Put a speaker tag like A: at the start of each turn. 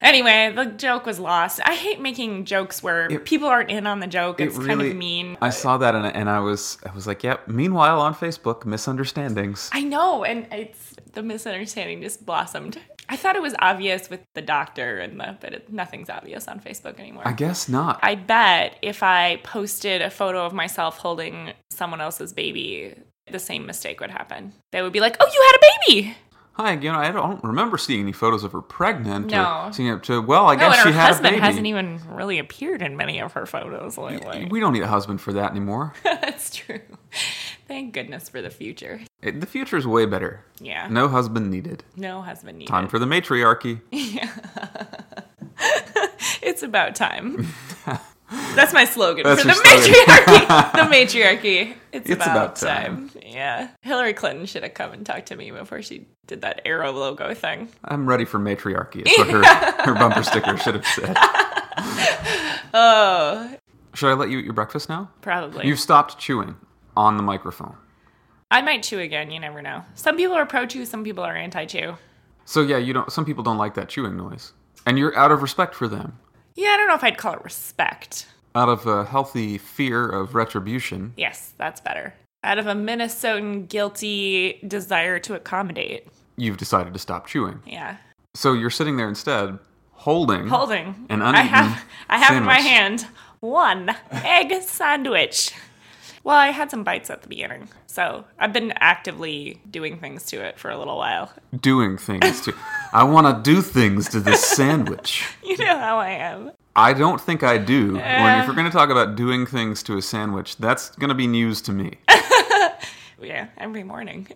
A: anyway, the joke was lost. I hate making jokes where
B: It-
A: people aren't in on the joke. It's kind of mean.
B: I saw that and, I- and I was I was like, yep. Meanwhile, on Facebook, misunderstandings.
A: I know, and it's the misunderstanding just blossomed. I thought it was obvious with the doctor and the, but it, nothing's obvious on Facebook anymore.
B: I guess not.
A: I bet if I posted a photo of myself holding someone else's baby, the same mistake would happen. They would be like, "Oh, you had a baby."
B: Hi, you know, I don't remember seeing any photos of her pregnant.
A: No.
B: Or seeing it to, well, I
A: No,
B: guess
A: and
B: she
A: her
B: had a
A: husband
B: baby.
A: hasn't even really appeared in many of her photos lately.
B: we don't need a husband for that anymore.
A: That's true. Thank goodness for the future.
B: It- the future is way better.
A: Yeah.
B: No husband needed.
A: No husband needed.
B: Time for the matriarchy.
A: It's about time. That's my slogan
B: That's
A: for the
B: your slogan.
A: matriarchy. the matriarchy. It's,
B: It's
A: about,
B: about
A: time. Yeah. Hillary Clinton should have come and talked to me before she did that arrow logo thing.
B: I'm ready for matriarchy. Is what her, her bumper sticker should have said.
A: Oh,
B: Should I let you eat your breakfast now?
A: probably.
B: You've stopped chewing on the microphone.
A: I might chew again. You never know. Some people are pro chew, some people are anti chew.
B: So yeah, you don't. Some people don't like that chewing noise, and you're out of respect for them,
A: Yeah, I don't know if I'd call it respect.
B: out of a healthy fear of retribution.
A: Yes, that's better. Out of a Minnesotan guilty desire to accommodate.
B: You've decided to stop chewing.
A: Yeah.
B: So you're sitting there instead, holding,
A: Holding.
B: An
A: I have
B: uneaten
A: I have in my
B: sandwich.
A: hand one egg sandwich. Well, I had some bites at the beginning. So I've been actively doing things to it for a little while.
B: doing things to. I want to do things to this sandwich.
A: You know how I am.
B: I don't think I do. when,
A: Eh.
B: if we're going to talk about doing things to a sandwich, that's going to be news to me.
A: Yeah, every morning.